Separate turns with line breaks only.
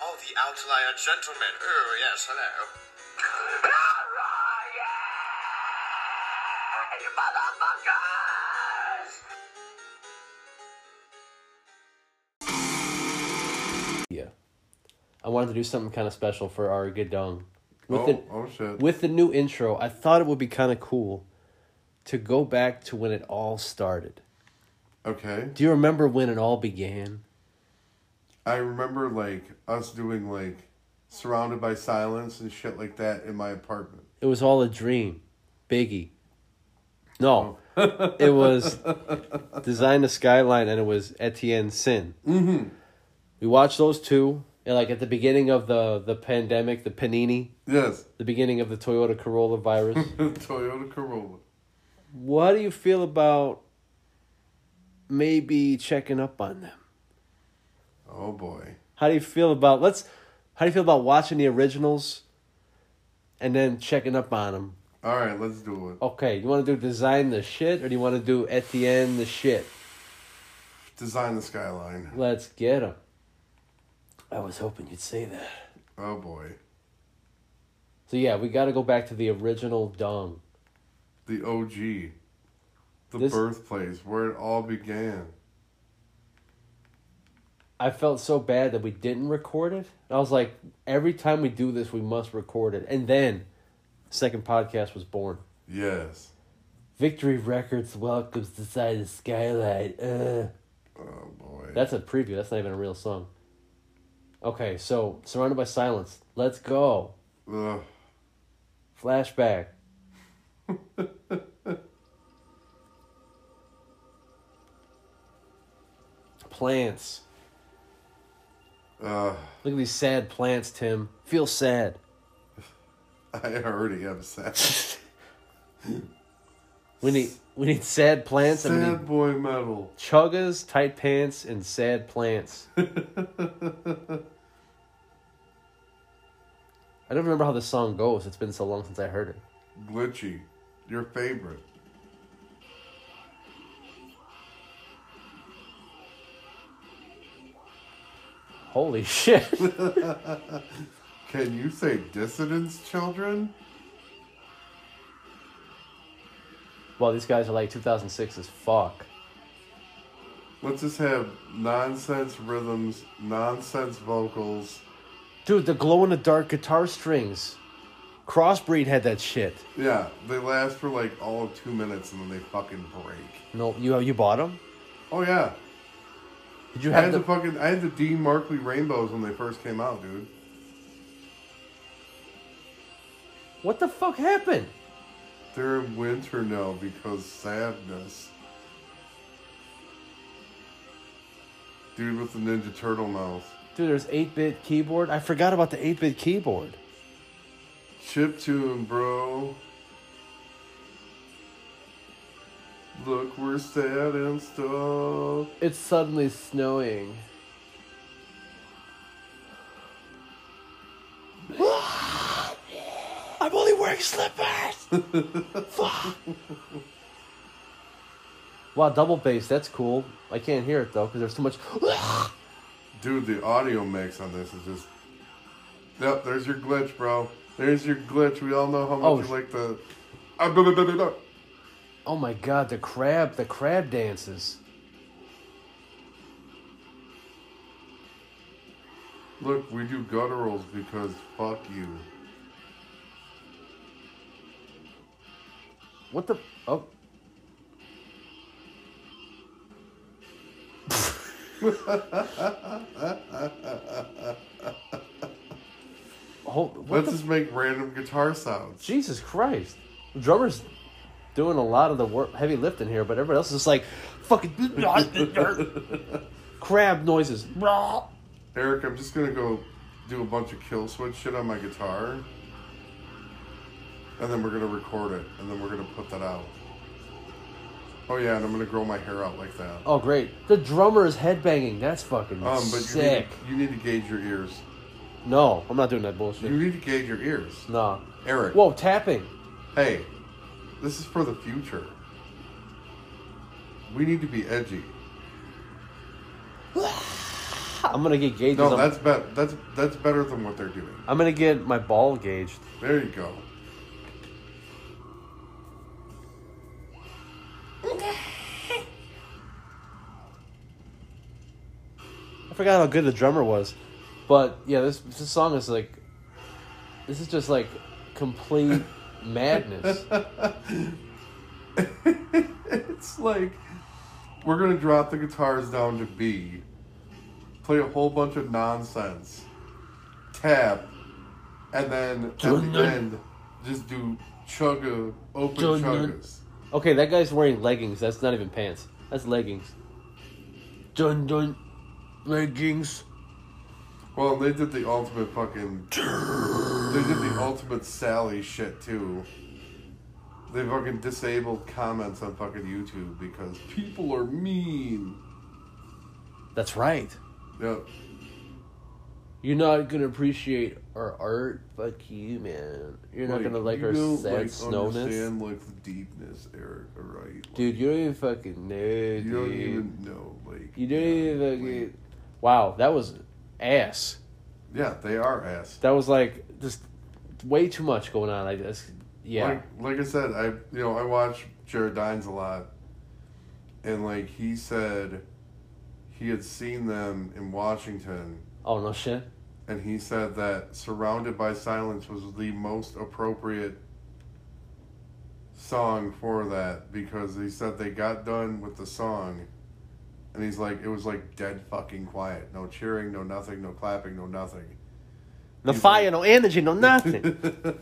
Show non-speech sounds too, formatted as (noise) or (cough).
Oh, outlier gentleman. Oh, yes, hello.
Yeah. I wanted to do something kind of special for our good dong. With
Oh,
the
oh shit.
with the new intro, I thought it would be kind of cool to go back to when it all started.
okay.
Do you remember when it all began?
I remember like us doing like surrounded by silence and shit like that in my apartment.
It was all a dream. Biggie. No. it was Design the Skyline and it was Etienne Sin. Mm-hmm. We watched those two. And like at the beginning of the, the pandemic, the panini,
Yes. (laughs)
the beginning of the Toyota Corolla virus.
Toyota Corolla.
What do you feel about maybe checking up on them?
Oh boy.
How do you feel about let's? How do you feel about watching the originals and then checking up on them?
All right, let's do it.
Okay, you want to do design the shit or do you want to do Etienne the shit?
Design the skyline.
Let's get them. I was hoping you'd say that.
Oh boy.
So yeah, we got to go back to the original dong.
The OG. The
This-
birthplace where it all began.
I felt so bad that we didn't record it. I was like, every time we do this, we must record it. And then, second podcast was born.
Yes.
Victory Records welcomes the side of the skylight. Uh.
Oh boy.
That's a preview. That's not even a real song. Okay, so surrounded by silence. Let's go.
Ugh.
Flashback. (laughs) plants.
Ugh. (laughs)
Look at these sad plants, Tim. Feel sad.
I already
(laughs)
am sad.
We need we need sad plants and we need
sad boy metal.
chuggas, tight pants, and sad plants. I don't remember how this song goes. It's been so long since I heard it.
Glitchy. Your favorite.
Holy (laughs) shit.
Can you say dissidents, children?
well, these guys are like 2006 as fuck.
Let's just have nonsense rhythms, nonsense vocals.
Dude, the glow in the dark guitar strings. Crossbreed had that shit.
Yeah, they last for like all of two minutes and then they fucking break.
No, you you bought them?
Oh yeah,
Did you
I
have
had the
the?
fucking I had the Dean Markley rainbows when they first came out, dude.
What the fuck happened?
They're in winter now because sadness. Dude with the Ninja Turtle mouth.
Dude, there's 8-bit keyboard. I forgot about the 8-bit keyboard.
Chip tune, bro. Look, we're sad and stuff.
It's suddenly snowing. I'm only wearing (laughs) slippers. Fuck. Wow, double bass. That's cool. I can't hear it though because there's too much. (gasps)
Dude, the audio mix on this is just. Yep, there's your glitch, bro. There's your glitch. We all know how much
Oh,
you
sh-
like the. Ah, blah, blah, blah, blah, blah.
Oh my god, the crab, the crab dances.
Look, we do gutturals because fuck you.
What the? Oh. Hold, what
Let's
the
just make random guitar sounds.
Jesus Christ. The drummer's doing a lot of the work, heavy lifting here, but everybody else is like fucking (laughs) crab noises.
Eric, I'm just gonna go do a bunch of kill switch shit on my guitar. And then we're gonna record it, and then we're gonna put that out. Oh yeah, and I'm gonna grow my hair out like that.
Oh, great. The drummer is headbanging. That's fucking
Um, but you need,
sick.
you need to gauge your ears.
No, I'm not doing that bullshit.
You need to gauge your ears.
Nah.
Eric.
Whoa, tapping.
Hey, this is for the future. We need to be edgy.
I'm gonna get gauges.
No,
on-
that's bet. That's that's better than what they're doing.
I'm gonna get my ball gauged.
There you go.
I forgot how good the drummer was, but yeah, this this song is like, this is just like
(laughs)
complete madness.
(laughs) it's like we're gonna drop the guitars down to B, play a whole bunch of nonsense, tap, and then at the end just do chugga open
Dun, dun.
chuggas.
Okay, that guy's wearing leggings. That's not even pants. That's leggings. Dun dun, leggings.
Well, and they did the ultimate fucking. They did the ultimate Sally shit too. They fucking disabled comments on fucking YouTube because people are mean.
That's right.
Yep.
You're not gonna appreciate our art. Fuck you, man. You're not gonna like
you
our
don't,
sad
like,
snowness,
Understand like the deepness, Eric. All right. Like,
dude. You don't even fucking know, dude.
you don't even know. Like
You don't
know,
even fucking.
like-
Wow, that was ass.
yeah, they are ass.
That was like just way too much going on. Like that's yeah.
Like, like I said, I you know I watch Jared Dines a lot, and like he said, he had seen them in Washington.
oh no shit.
and he said that "Surrounded by Silence" was the most appropriate song for that because he said they got done with the song, and he's like, it was like dead fucking quiet, no cheering, no nothing, no clapping, no nothing.
No
He's
fire, no energy, no nothing.
and